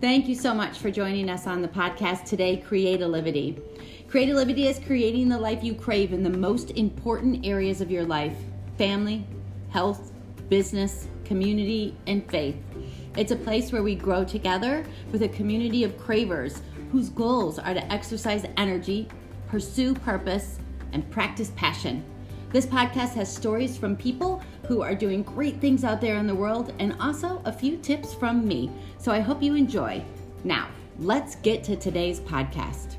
Thank you so much for joining us on the podcast today, Creativity. Creativity is creating the life you crave in the most important areas of your life family, health, business, community, and faith. It's a place where we grow together with a community of cravers whose goals are to exercise energy, pursue purpose, and practice passion. This podcast has stories from people who are doing great things out there in the world and also a few tips from me. So I hope you enjoy. Now, let's get to today's podcast.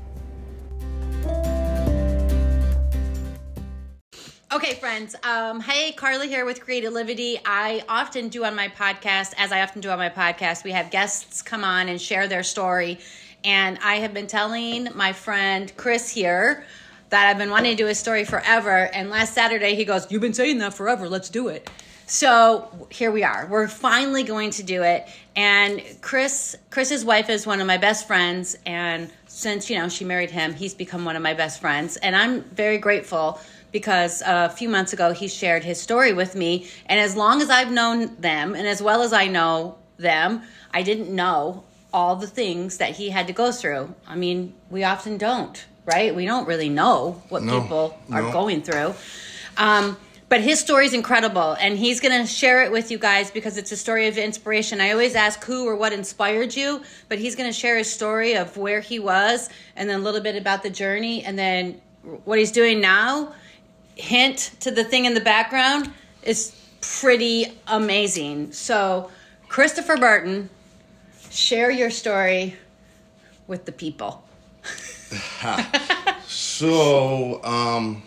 Okay, friends. Um, hey, Carly here with Creativity. I often do on my podcast, as I often do on my podcast, we have guests come on and share their story. And I have been telling my friend Chris here that I've been wanting to do his story forever. And last Saturday, he goes, You've been saying that forever. Let's do it. So here we are. We're finally going to do it. And Chris, Chris's wife is one of my best friends. And since, you know, she married him, he's become one of my best friends. And I'm very grateful because uh, a few months ago he shared his story with me. And as long as I've known them and as well as I know them, I didn't know all the things that he had to go through. I mean, we often don't, right? We don't really know what No, people are no. going through. Um, but his story is incredible, and he's going to share it with you guys because it's a story of inspiration. I always ask who or what inspired you, but he's going to share his story of where he was, and then a little bit about the journey, and then what he's doing now. Hint to the thing in the background is pretty amazing. So, Christopher Burton, share your story with the people. So, um,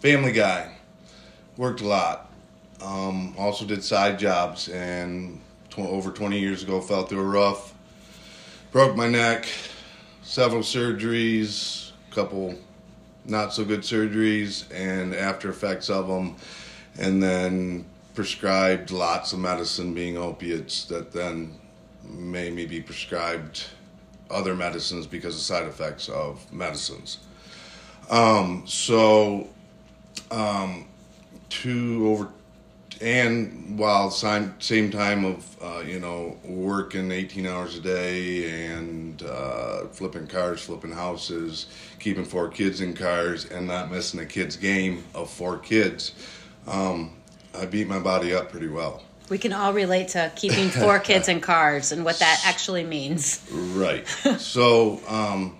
Family Guy worked a lot. Um, also did side jobs, and tw- over 20 years ago, fell through a roof, broke my neck, several surgeries, couple not so good surgeries, and after effects of them, and then prescribed lots of medicine, being opiates, that then made me be prescribed other medicines because of side effects of medicines. Um, so, um, two over, and while same same time of uh, you know working eighteen hours a day and uh, flipping cars, flipping houses, keeping four kids in cars, and not missing a kid's game of four kids, um, I beat my body up pretty well. We can all relate to keeping four kids in cars and what that actually means. Right. so um,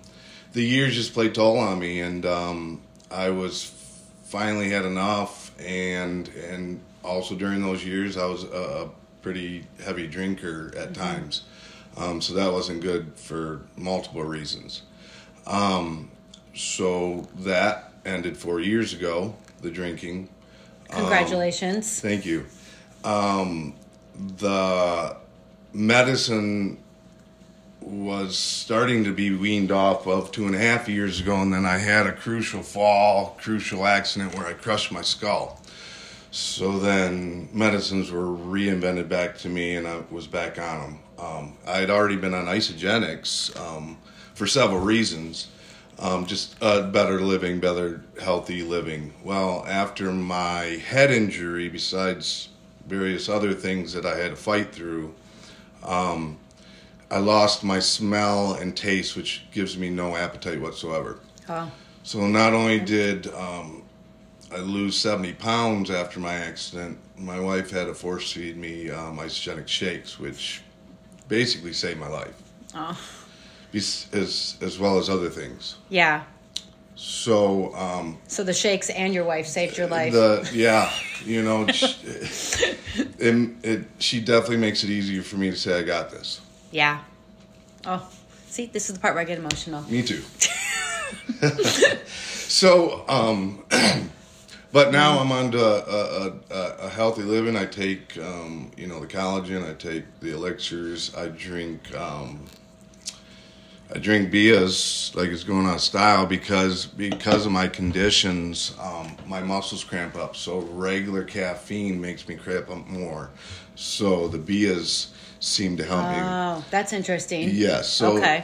the years just played toll on me, and um, I was finally had enough. And and also during those years, I was a, a pretty heavy drinker at times, um, so that wasn't good for multiple reasons. Um, so that ended four years ago. The drinking. Um, Congratulations. Thank you. Um, the medicine was starting to be weaned off of two and a half years ago, and then I had a crucial fall, crucial accident where I crushed my skull. So then medicines were reinvented back to me, and I was back on them. Um, I had already been on isogenics um, for several reasons, um, just uh, better living, better healthy living. Well, after my head injury, besides various other things that I had to fight through, um, I lost my smell and taste, which gives me no appetite whatsoever. oh, So not only did um, I lose 70 pounds after my accident, my wife had to force feed me um, isogenic shakes, which basically saved my life, oh, bes- as, as well as other things. yeah. So um, So the shakes and your wife saved your life. The yeah, you know, sh- it, it, she definitely makes it easier for me to say I got this. yeah. Oh, see, this is the part where I get emotional. Me too. so, um, but now I'm on to a, a, a, a healthy living. I take, um, you know, the collagen. I take the elixirs. I drink, um, I drink beers like it's going out of style because because of my conditions, um, my muscles cramp up. So regular caffeine makes me cramp up more. So the beers seem to help me. Oh, that's interesting. Yes. So, Okay.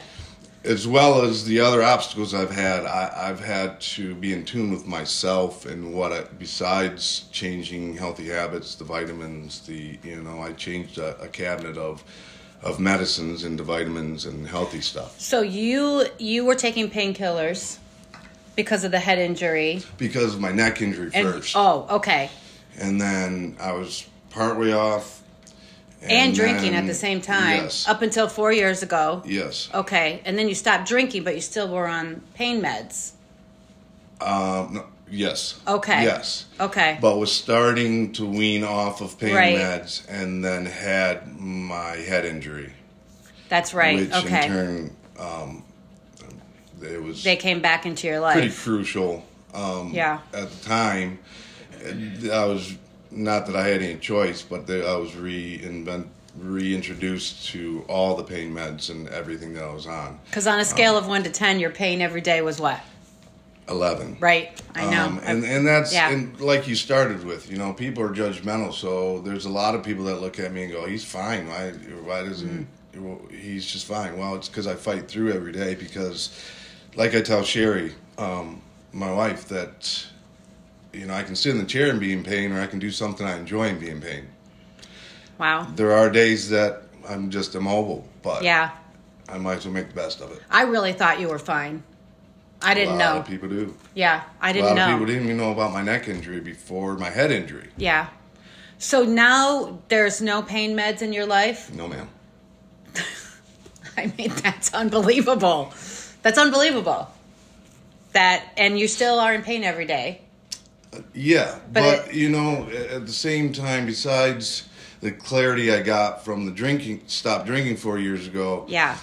As well as the other obstacles I've had, I, I've had to be in tune with myself and what. I, besides changing healthy habits, the vitamins, the you know, I changed a, a cabinet of of medicines into vitamins and healthy stuff So you you were taking painkillers because of the head injury. because of my neck injury And first. oh, okay. and then I was partway off. And, drinking then- at the same time. Oh. Yes. Up until four years ago. yes. Okay. And then you stopped drinking, but you still were on pain meds. Um, no, yes. Okay. Yes. Okay. But was starting to wean off of pain Right. meds, and then had my head injury, That's right. which okay. in turn, um, it was they came back into your pretty life. crucial. Um, Yeah. At the time, And I was not that I had any choice, but that I was reinvent reintroduced to all the pain meds and everything that I was on. Because on a scale of one to ten, your pain every day was what? Eleven. Right. I know. Um, and and that's Yeah. and like you started with, you know, people are judgmental. So there's a lot of people that look at me and go, "He's fine. Why? Why Mm. doesn't? well, He's just fine." Well, it's because I fight through every day. Because, like I tell Sherry, um, my wife, that you know, I can sit in the chair and be in pain, or I can do something I enjoy and be in pain. wow. There are days that I'm just immobile, but Yeah. I might as well make the best of it. I really thought you were fine. I didn't a lot know. of people do. Yeah. I A didn't lot know. of people didn't even know about my neck injury before my head injury. Yeah. So now there's no pain meds in your life? No, ma'am. I mean, that's unbelievable. That's unbelievable. That and you still are in pain every day. Yeah, But but, it- you know, a- at the same time, besides the clarity I got from the drinking, stop drinking four years ago, Yeah.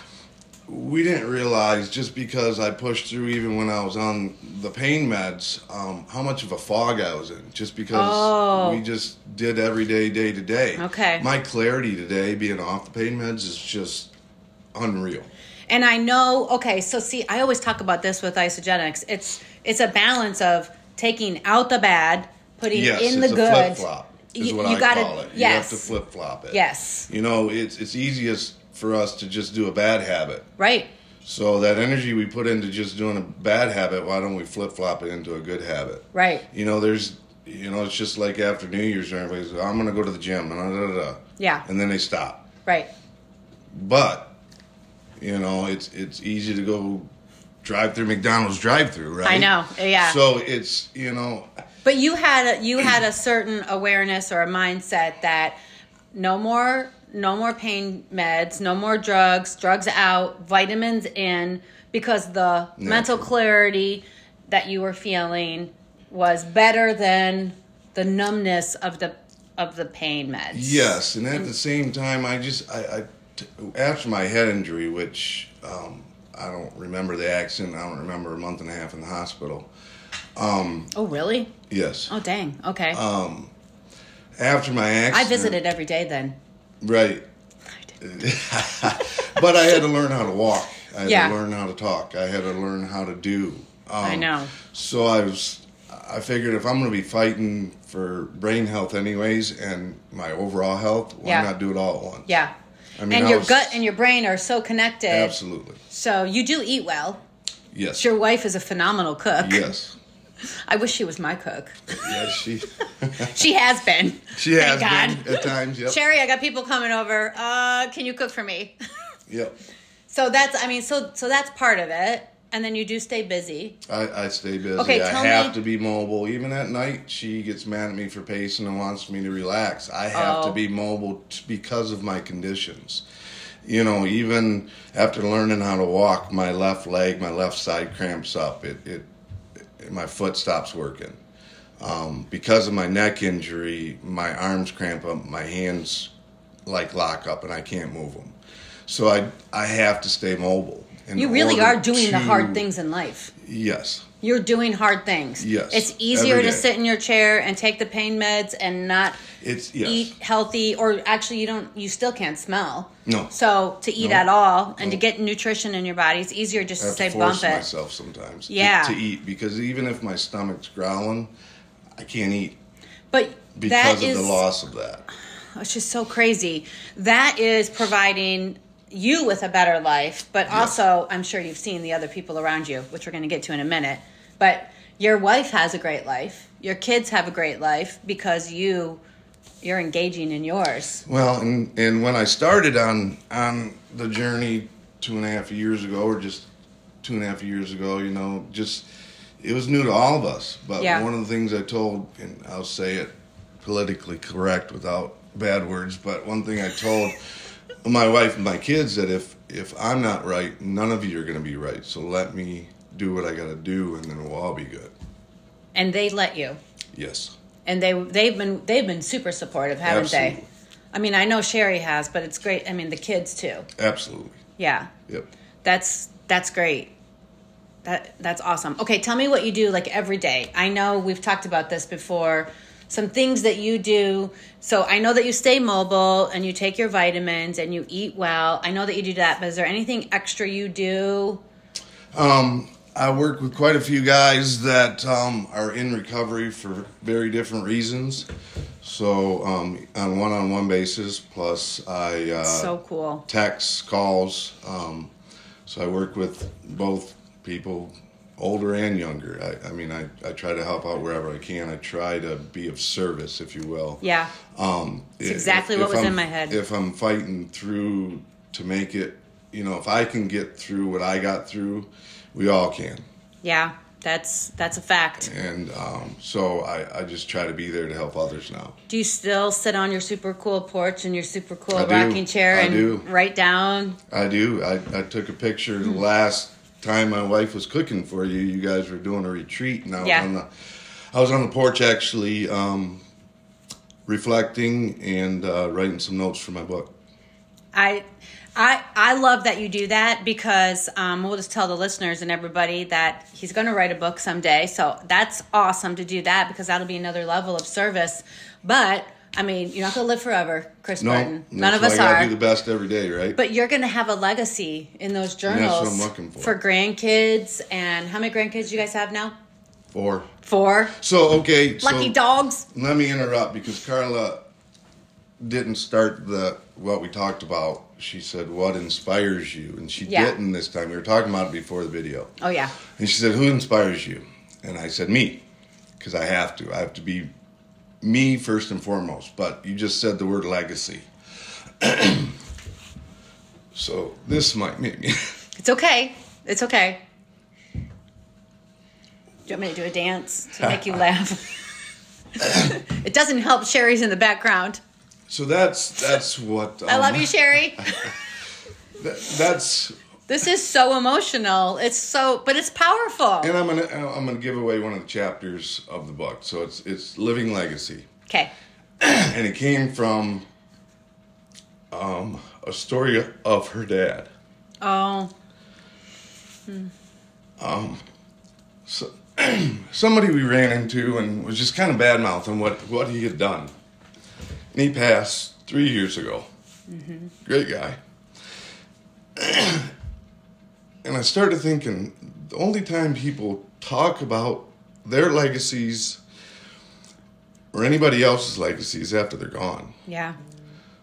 we didn't realize just because I pushed through, even when I was on the pain meds, um, how much of a fog I was in. Just because Oh. we just did every day, day to day. Okay. My clarity today, being off the pain meds, is just unreal. And I know, okay, so see, I always talk about this with isogenics. It's it's a balance of taking out the bad, putting Yes, in it's the a good. flip flop. Is You- what you I gotta- call it. You yes. have to flip flop it. Yes. You know, it's it's easiest for us to just do a bad habit. Right. So that energy we put into just doing a bad habit, why don't we flip flop it into a good habit? Right. You know, there's, you know, it's just like after New Year's, everybody's, "Oh, I'm going to go to the gym, and da da da. Yeah. And then they stop. Right. But, you know, it's it's easy to go drive through McDonald's drive through, right? I know, yeah. So it's you know, But you had a, you had a certain awareness or a mindset that no more no more pain meds, no more drugs, drugs out, vitamins in because the mental clarity that you were feeling was better than the numbness of the of the pain meds. Yes, and Mm. at the same time, I just I, I t- after my head injury, which um, I don't remember the accident. I don't remember a month and a half in the hospital. Oh, really? Yes, Oh, dang. Okay. after my I accident, visited every day then. Right, I did. but I had to learn how to walk. I had Yeah. to learn how to talk. I had to learn how to do. Um, I know. So I was. I figured if I'm going to be fighting for brain health anyways and my overall health, why Yeah. not do it all at once? Yeah. I mean, and I your was- gut and your brain are so connected. Absolutely. So you do eat well. Yes. Your wife is a phenomenal cook. Yes. I wish she was my cook. Yes, she She has been. she has Thank God. been at times. Yep. Sherry, I got people coming over. Uh, can you cook for me? Yep. so that's, I mean, so so that's part of it. And then you do stay busy. I, I stay busy. Okay, I tell have me- to be mobile. Even at night, she gets mad at me for pacing and wants me to relax. I have Oh. to be mobile t- because of my conditions. You know, even after learning how to walk, my left leg, my left side cramps up. It, it, it my foot stops working. Um, because of my neck injury, my arms cramp up, my hands like lock up, and I can't move them. So I I have to stay mobile. in You really order are doing the hard to- things in life. Yes. You're doing hard things. Yes, It's easier every to day. sit in your chair and take the pain meds and not It's yes. eat healthy or actually you don't you still can't smell. No. So to eat No. at all and to No. get nutrition in your body, it's easier just I to have say to bump force it. myself sometimes. to- Yeah. To, eat because even if my stomach's growling, I can't eat But because that of is the loss of that. Oh, it's just so crazy. That is providing you with a better life, but also I'm sure you've seen the other people around you, which we're going to get to in a minute. But your wife has a great life. Your kids have a great life because you You're engaging in yours. Well, and and when I started on on the journey two and a half years ago, or just two and a half years ago, you know, just it was new to all of us. But Yeah. one of the things I told, and I'll say it politically correct without bad words, but one thing I told my wife and my kids that if if I'm not right, none of you are going to be right. So let me do what I got to do, and then we'll all be good. And they let you. Yes. and they they've been they've been super supportive, haven't they? Absolutely. I mean, I know Sherry has, but it's great. I mean, the kids too. Absolutely. Yeah, Yep. that's that's great. That that's awesome. Okay, tell me what you do like every day. I know we've talked about this before. Some things that you do. So I know that you stay mobile and you take your vitamins and you eat well. I know that you do that, but is there anything extra you do? I work with quite a few guys that um, are in recovery for very different reasons. So, um, on one on one basis, plus I uh, so cool. texts, calls. Um, so, I work with both people, older and younger. I, I mean, I, I try to help out wherever I can. I try to be of service, if you will. Yeah. Um, it's exactly what was in my head. If I'm fighting through to make it, you know, if I can get through what I got through, we all can Yeah. That's that's a fact. and um, so I, I just try to be there to help others now. Do you still sit on your super cool porch and your super cool I do. rocking chair I and do. write down? I do. I, I took a picture Hmm. the last time my wife was cooking for you. You guys were doing a retreat, and I was Yeah. on the I was on the porch actually um, reflecting and uh, writing some notes for my book. I, I, I love that you do that because um, we'll just tell the listeners and everybody that he's going to write a book someday. So that's awesome to do that because that'll be another level of service. But I mean, you're not going to live forever, Chris No, Burton. that's None of why us I gotta are. do the best every day, right? but you're going to have a legacy in those that's what journals I'm looking for. grandkids and how many grandkids you guys have now? Four. Four. So okay, Lucky so dogs. let me interrupt because Carla didn't start the what we talked about. She said, "What inspires you?" And she Yeah. didn't this time. We were talking about it before the video, Oh yeah. and she said, "Who inspires you?" And I said, "Me," because I have to. I have to be me first and foremost. But you just said the word legacy, so this might make me. It's okay. It's okay. Do you want me to do a dance to make you laugh? it doesn't help. Sherry's in the background. so that's that's what I love um, you, Sherry. that- that's this is so emotional. It's so, but it's powerful. and I'm gonna I'm gonna give away one of the chapters of the book. So it's it's living legacy. Okay. and it came from um, a story of her dad. Oh, So, somebody we ran into and was just kind of bad mouthing what, what he had done. And he passed three years ago. Great guy. and I started thinking the only time people talk about their legacies or anybody else's legacies after they're gone. yeah.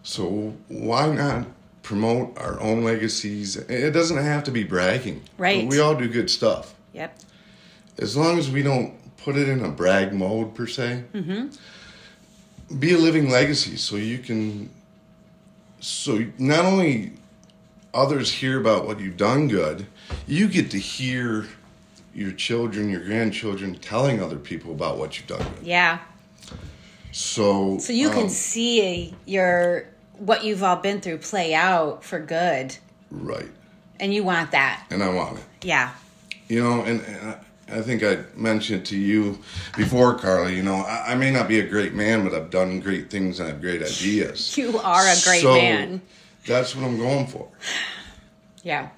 So why not promote our own legacies? It doesn't have to be bragging. Right. We all do good stuff. Yep. As long as we don't put it in a brag mode per se. Mm-hmm. Be a living legacy so you can so not only others hear about what you've done good, you get to hear your children, your grandchildren telling other people about what you've done good. Yeah. So So you um, can see your what you've all been through play out for good, right. and you want that. And I want it. Yeah. You know, and, and I- I think I mentioned to you before, Carly, you know, I, I may not be a great man, but I've done great things and I have great ideas. You are a great So, man. That's what I'm going for Yeah.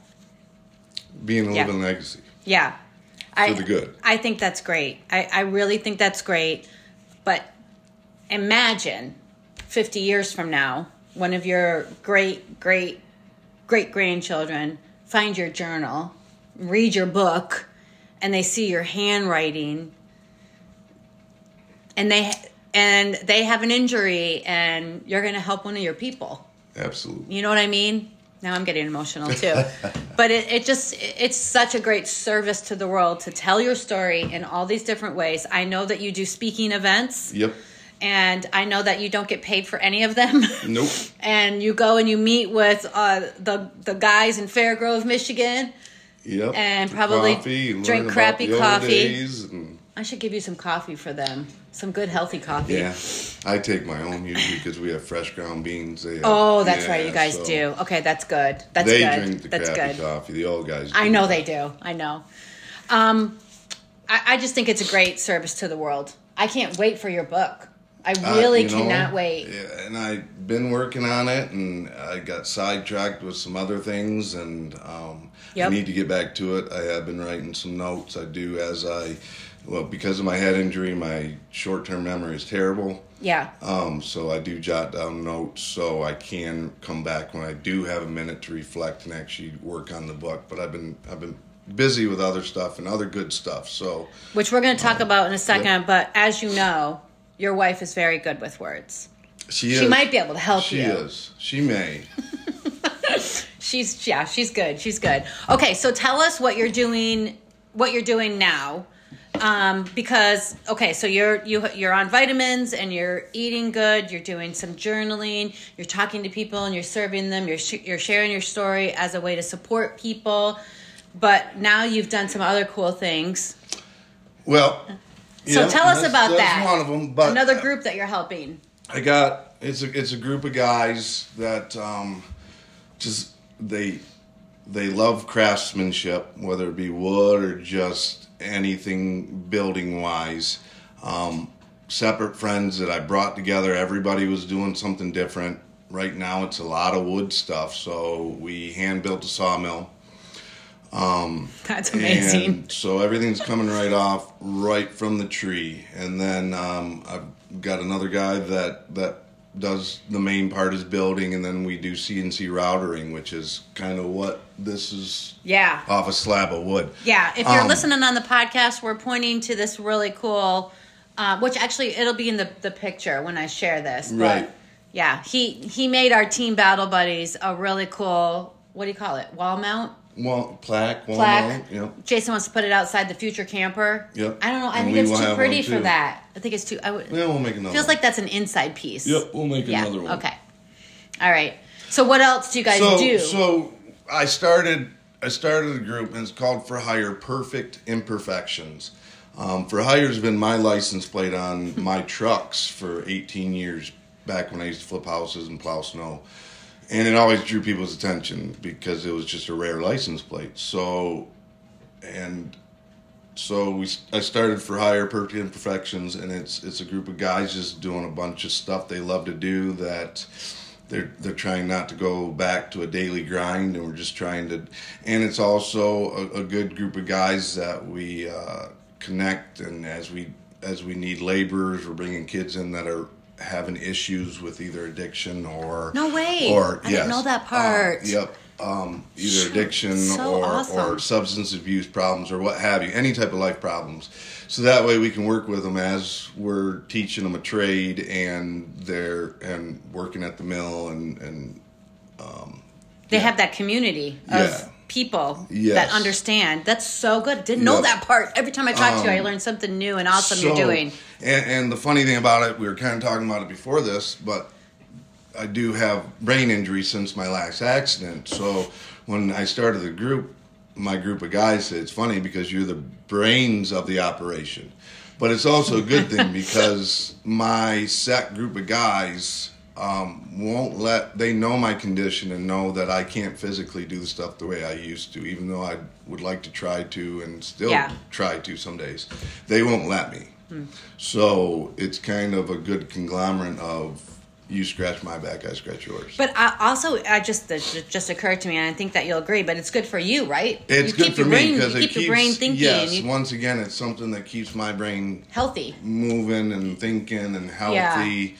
being a Yeah. living legacy. Yeah. I, the good. I think that's great. I, I really think that's great. But imagine 50 years from now, one of your great, great, great grandchildren find your journal, read your book, and they see your handwriting and they and they have an injury and you're going to help one of your people. Absolutely. You know what I mean? Now I'm getting emotional too. but it, it just, it's such a great service to the world to tell your story in all these different ways. I know that you do speaking events Yep. and I know that you don't get paid for any of them. Nope. and you go and you meet with uh, the the guys in Fairgrove, Michigan. Yep. And probably learn drink about crappy the old coffee. days and- I should give you some coffee for them, some good healthy coffee. yeah, I take my own usually because we have fresh ground beans. They have- Oh, that's yeah, right. You guys so do. Okay, that's good. That's They good. drink the that's crappy good. coffee. The old guys. I do. know they do. I know. Um, I, I just think it's a great service to the world. I can't wait for your book. I Uh, really you know, cannot wait. Yeah, and I've been working on it, and I got sidetracked with some other things, and um, Yep. I need to get back to it. I have been writing some notes. I do as I, well, because of my head injury, my short-term memory is terrible. Yeah. Um, so I do jot down notes so I can come back when I do have a minute to reflect and actually work on the book. But I've been I've been busy with other stuff and other good stuff. So Which we're going to uh, talk about in a second. But as you know, your wife is very good with words. she She is, might be able to help She you. is. She may. She's yeah, she's good. She's good. Okay, so tell us what you're doing. What you're doing now, um, because okay, so you're you you're on vitamins and you're eating good. You're doing some journaling. You're talking to people and you're serving them. You're sh- you're sharing your story as a way to support people. But now you've done some other cool things. Well. So yeah, tell us that's- about that's that. One of them, but uh, Another group that you're helping. I got it's a it's a group of guys that um, just they they love craftsmanship, whether it be wood or just anything building wise. Um, separate friends that I brought together. Everybody was doing something different. Right now, it's a lot of wood stuff. So we hand built a sawmill. That's amazing. And so everything's coming right off, right from the tree. And then um, I've got another guy that that does the main part is building, and then we do CNC routering, which is kind of what this is yeah. off a slab of wood. Yeah, if you're Um, listening on the podcast, we're pointing to this really cool, uh, which actually it'll be in the, the picture when I share this. But Right. Yeah, he he made our team battle buddies a really cool what do you call it wall mount Well, plaque, one plaque. mount, Yep. Jason wants to put it outside the future camper. Yep. I don't know. I And think we it's will too have pretty one, for too. that. I think it's too. I would, Yeah, we'll make another. feels like that's an inside piece. Yep, we'll make Yeah. another one. Okay. All right. So what else do you guys so, do? So I started I started a group and it's called For Hire Perfect Imperfections. Um, for Hire's been my license plate on my trucks for 18 years back when I used to flip houses and plow snow. And it always drew people's attention because it was just a rare license plate. So, and so we I started for Hire Perfect Imperfections, and it's it's a group of guys just doing a bunch of stuff they love to do that they're they're trying not to go back to a daily grind, and we're just trying to. And it's also a, a good group of guys that we uh, connect, and as we as we need laborers, we're bringing kids in that are having issues with either addiction or No way. or I yes, didn't know that Uh, part. yep. Um, either addiction So or, awesome. or substance abuse problems or what have you, any type of life problems. So that way we can work with them as we're teaching them a trade and they're and working at the mill and and They have that community of Yeah. people that Yes. understand. That's so good. Didn't know Yep. Um, that part. Every time I talk to you, I learn something new and awesome you're So- doing. And, and the funny thing about it, we were kind of talking about it before this, but I do have brain injury since my last accident. So when I started the group, my group of guys said, It's funny because you're the brains of the operation. But it's also a good thing because my set group of guys um, won't let, they know my condition and know that I can't physically do the stuff the way I used to, even though I would like to try to and still Yeah. try to some days. They won't let me. So it's kind of a good conglomerate of you scratch my back, I scratch yours. But I also, I just this just occurred to me, and I think that you'll agree. But it's good for you, right? it's you good keep for your me brain, because you it keep keeps your brain thinking. Yes, you, once again, it's something that keeps my brain healthy. moving and thinking and healthy,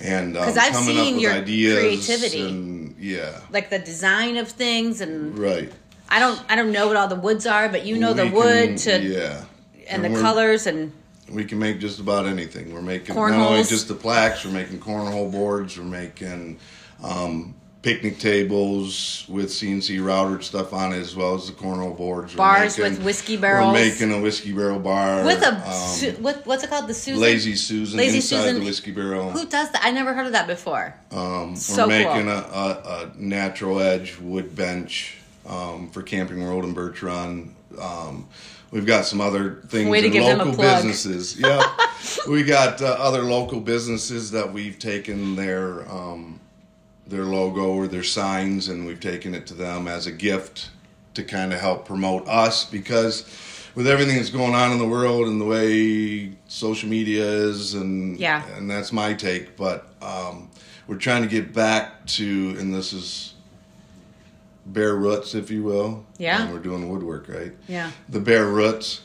and um, 'Cause I've coming seen up with your ideas creativity. And, yeah, Like the design of things, and right. I don't, I don't know what all the woods are, but you know the We wood can- to yeah, and the we're- colors, and We can make just about anything. We're making not Cornholes. only just the plaques. We're making cornhole boards. We're making um, picnic tables with CNC routered stuff on it, as well as the cornel boards. We're Bars with whiskey barrels. We're making a whiskey barrel bar With a um, su- with, what's it called? The Susan. lazy Susan Lazy inside Susan. the whiskey barrel. Who does that? I never heard of that before. Um, So we're making cool. a, a, a natural edge wood bench um, for Camping World and Birch Run. Um, we've got some other things Way to in give them a local plug. businesses. Yeah, we got uh, other local businesses that we've taken their um, their logo or their signs, and we've taken it to them as a gift to kind of help promote us because. With everything that's going on in the world and the way social media is, and Yeah. and that's my take. But um, we're trying to get back to, and this is bare roots, if you will. Yeah. And we're doing woodwork, right? Yeah. The bare roots,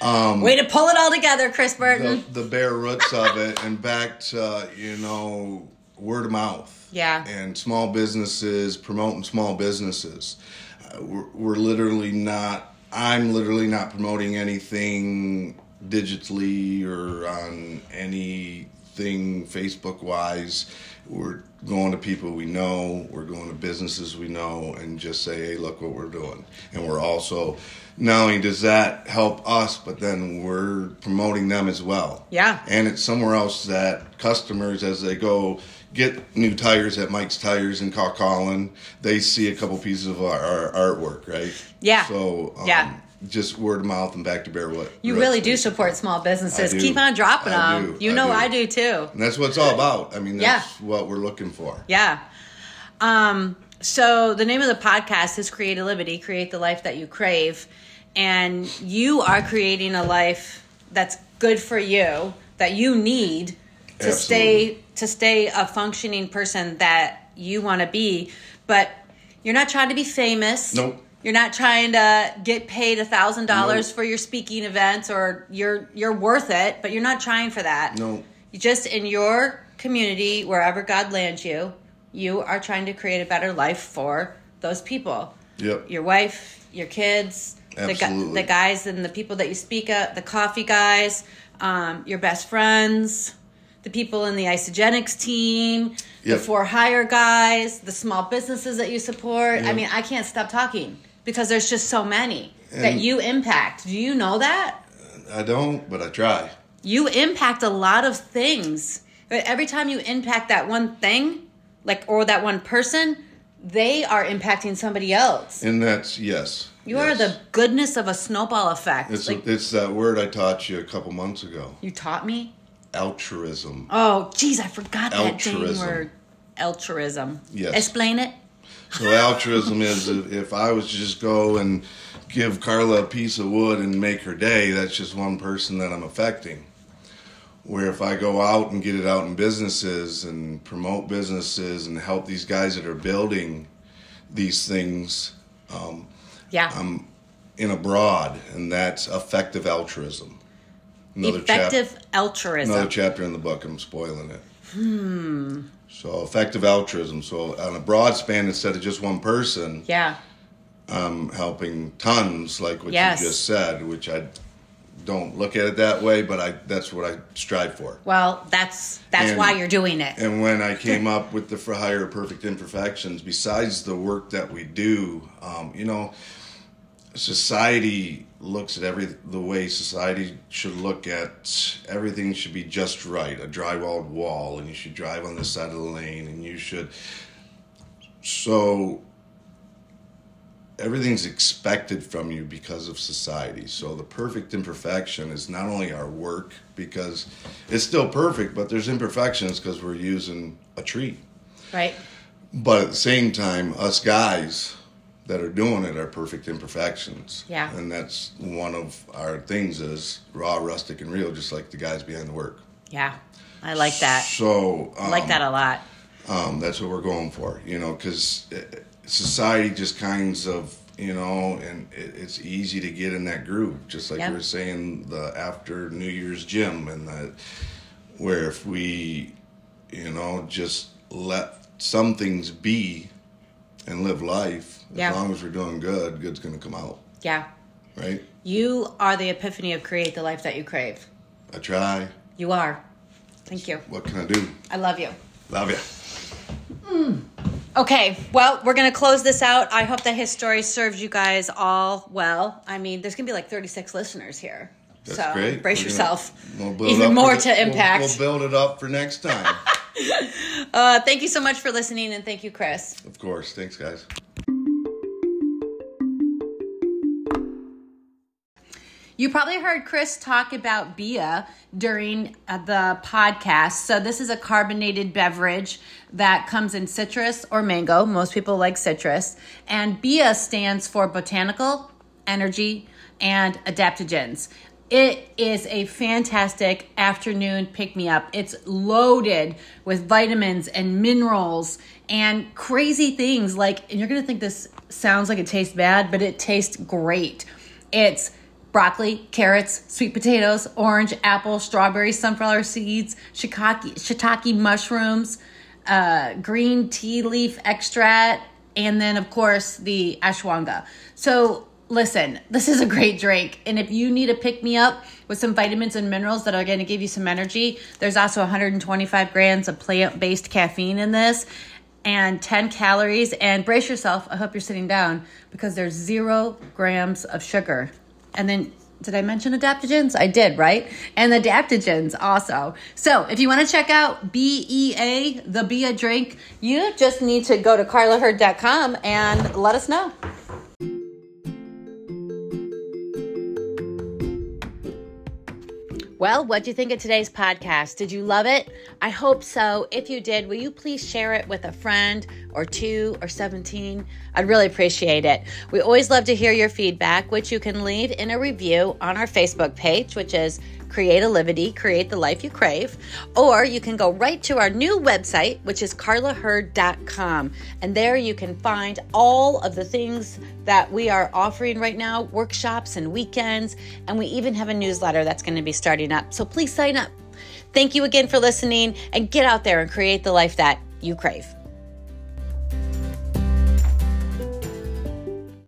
Way to pull it all together, Chris Burton. the, the bare roots of it, and back to uh, you know word of mouth. Yeah. And small businesses promoting small businesses. Uh, we're, we're literally not. I'm literally not promoting anything digitally or on anything Facebook wise. We're going to people we know. We're going to businesses we know, and just say, "Hey, look what we're doing." And we're also not only does that help us, but then we're promoting them as well Yeah. and it's somewhere else that customers, as they go get new tires at Mike's Tires in Colin, they see a couple pieces of our, our artwork, right? Yeah. So um, Yeah. just word of mouth and back to bare wood. you really do support small businesses. I do. Keep on dropping I them. do. You I know do. I do too. And that's what it's all about. I mean, that's Yeah. what we're looking for. Yeah. Um, so the name of the podcast is Creativity, Create the Life That You Crave. And you are creating a life that's good for you, that you need to stay Absolutely. to stay a functioning person that you want to be. But you're not trying to be famous. Nope. You're not trying to get paid a thousand dollars for your speaking events or you're you're worth it, but you're not trying for that. No. You just in your community, wherever God lands you, you are trying to create a better life for those people. Yep. Your wife, your kids, the, gu- Absolutely. the guys and the people that you speak at, the coffee guys, um, your best friends, the people in the isogenics team, the Yep. for hire guys, the small businesses that you support. I mean, I can't stop talking because there's just so many that And- you impact. Do you know that? I don't, but I try. you impact a lot of things. But every time you impact that one thing, like or that one person, they are impacting somebody else. And that's yes. You yes. are the goodness of a snowball effect. It's, like it's that word I taught you a couple months ago. you taught me. Altruism. Oh, geez, I forgot that dang Altruism. word. Altruism. Yes. Explain it. So altruism is if, if I was to just go and give Carla a piece of wood and make her day, that's just one person that I'm affecting. Where if I go out and get it out in businesses and promote businesses and help these guys that are building these things Yeah. in abroad, and that's effective altruism. Another Effective chapter, altruism. another chapter in the book. I'm spoiling it. Hmm. So effective altruism. So on a broad span, instead of just one person, yeah. um, helping tons, like what Yes. you just said, which I don't look at it that way, but I that's what I strive for. Well, that's that's And- why you're doing it. And when I came up with the For Hire Perfect Imperfections, besides the work that we do, um, you know, society looks at every the way society should look at everything should be just right a drywalled wall and you should drive on the side of the lane and you should so everything's expected from you because of society. So the perfect imperfection is not only our work because it's still perfect, but there's imperfections because we're using a tree. right. But at the same time, us guys that are doing it are perfect imperfections. Yeah. And that's one of our things is raw, rustic, and real, just like the guys behind the work. Yeah. I like that. So I like um, that a lot. um, that's what we're going for, you know, because society just kinds of, you know, and it, it's easy to get in that groove, just like Yep. we were saying the after New Year's gym and the where if we, you know, just let some things be and live life, Yeah. as long as we're doing good, good's gonna come out, Yeah. right? You are the epiphany of create the life that you crave. I try. You are. Thank you. What can I do? I love you. Love ya. Okay, well, we're going to close this out. I hope that his story serves you guys all well. I mean, there's going to be like 36 listeners here. That's so great. brace We're gonna- yourself. we'll build Even up for more the- to we'll- impact. we'll build it up for next time. uh, thank you so much for listening, and thank you, Chris. of course. Thanks, guys. You probably heard Chris talk about Bia during uh, the podcast. So, this is a carbonated beverage that comes in citrus or mango. Most people like citrus. And Bia stands for botanical, energy, and adaptogens. It is a fantastic afternoon pick me up. It's loaded with vitamins and minerals and crazy things. Like, and you're going to think this sounds like it tastes bad, but it tastes great. It's broccoli, carrots, sweet potatoes, orange, apple, strawberry, sunflower seeds, shiitake, shiitake mushrooms, uh, green tea leaf extract, and then, of course, the ashwagandha. So, listen, this is a great drink. And if you need a pick me up with some vitamins and minerals that are going to give you some energy, there's also 125 grams of plant based caffeine in this and 10 calories. And brace yourself, I hope you're sitting down because there's zero grams of sugar. And then, did I mention adaptogens? I did, right? And adaptogens also. So, if you want to check out BEA, the Be a Drink, you just need to go to carlaherd.com and let us know. Well, what do you think of today's podcast? Did you love it? I hope so. If you did, will you please share it with a friend or two or 17? I'd really appreciate it. We always love to hear your feedback, which you can leave in a review on our Facebook page, which is Create a Livity, Create the Life You Crave, or you can go right to our new website, which is carlaherd.com. And there you can find all of the things that we are offering right now workshops and weekends. And we even have a newsletter that's going to be starting up. So please sign up. Thank you again for listening and get out there and create the life that you crave.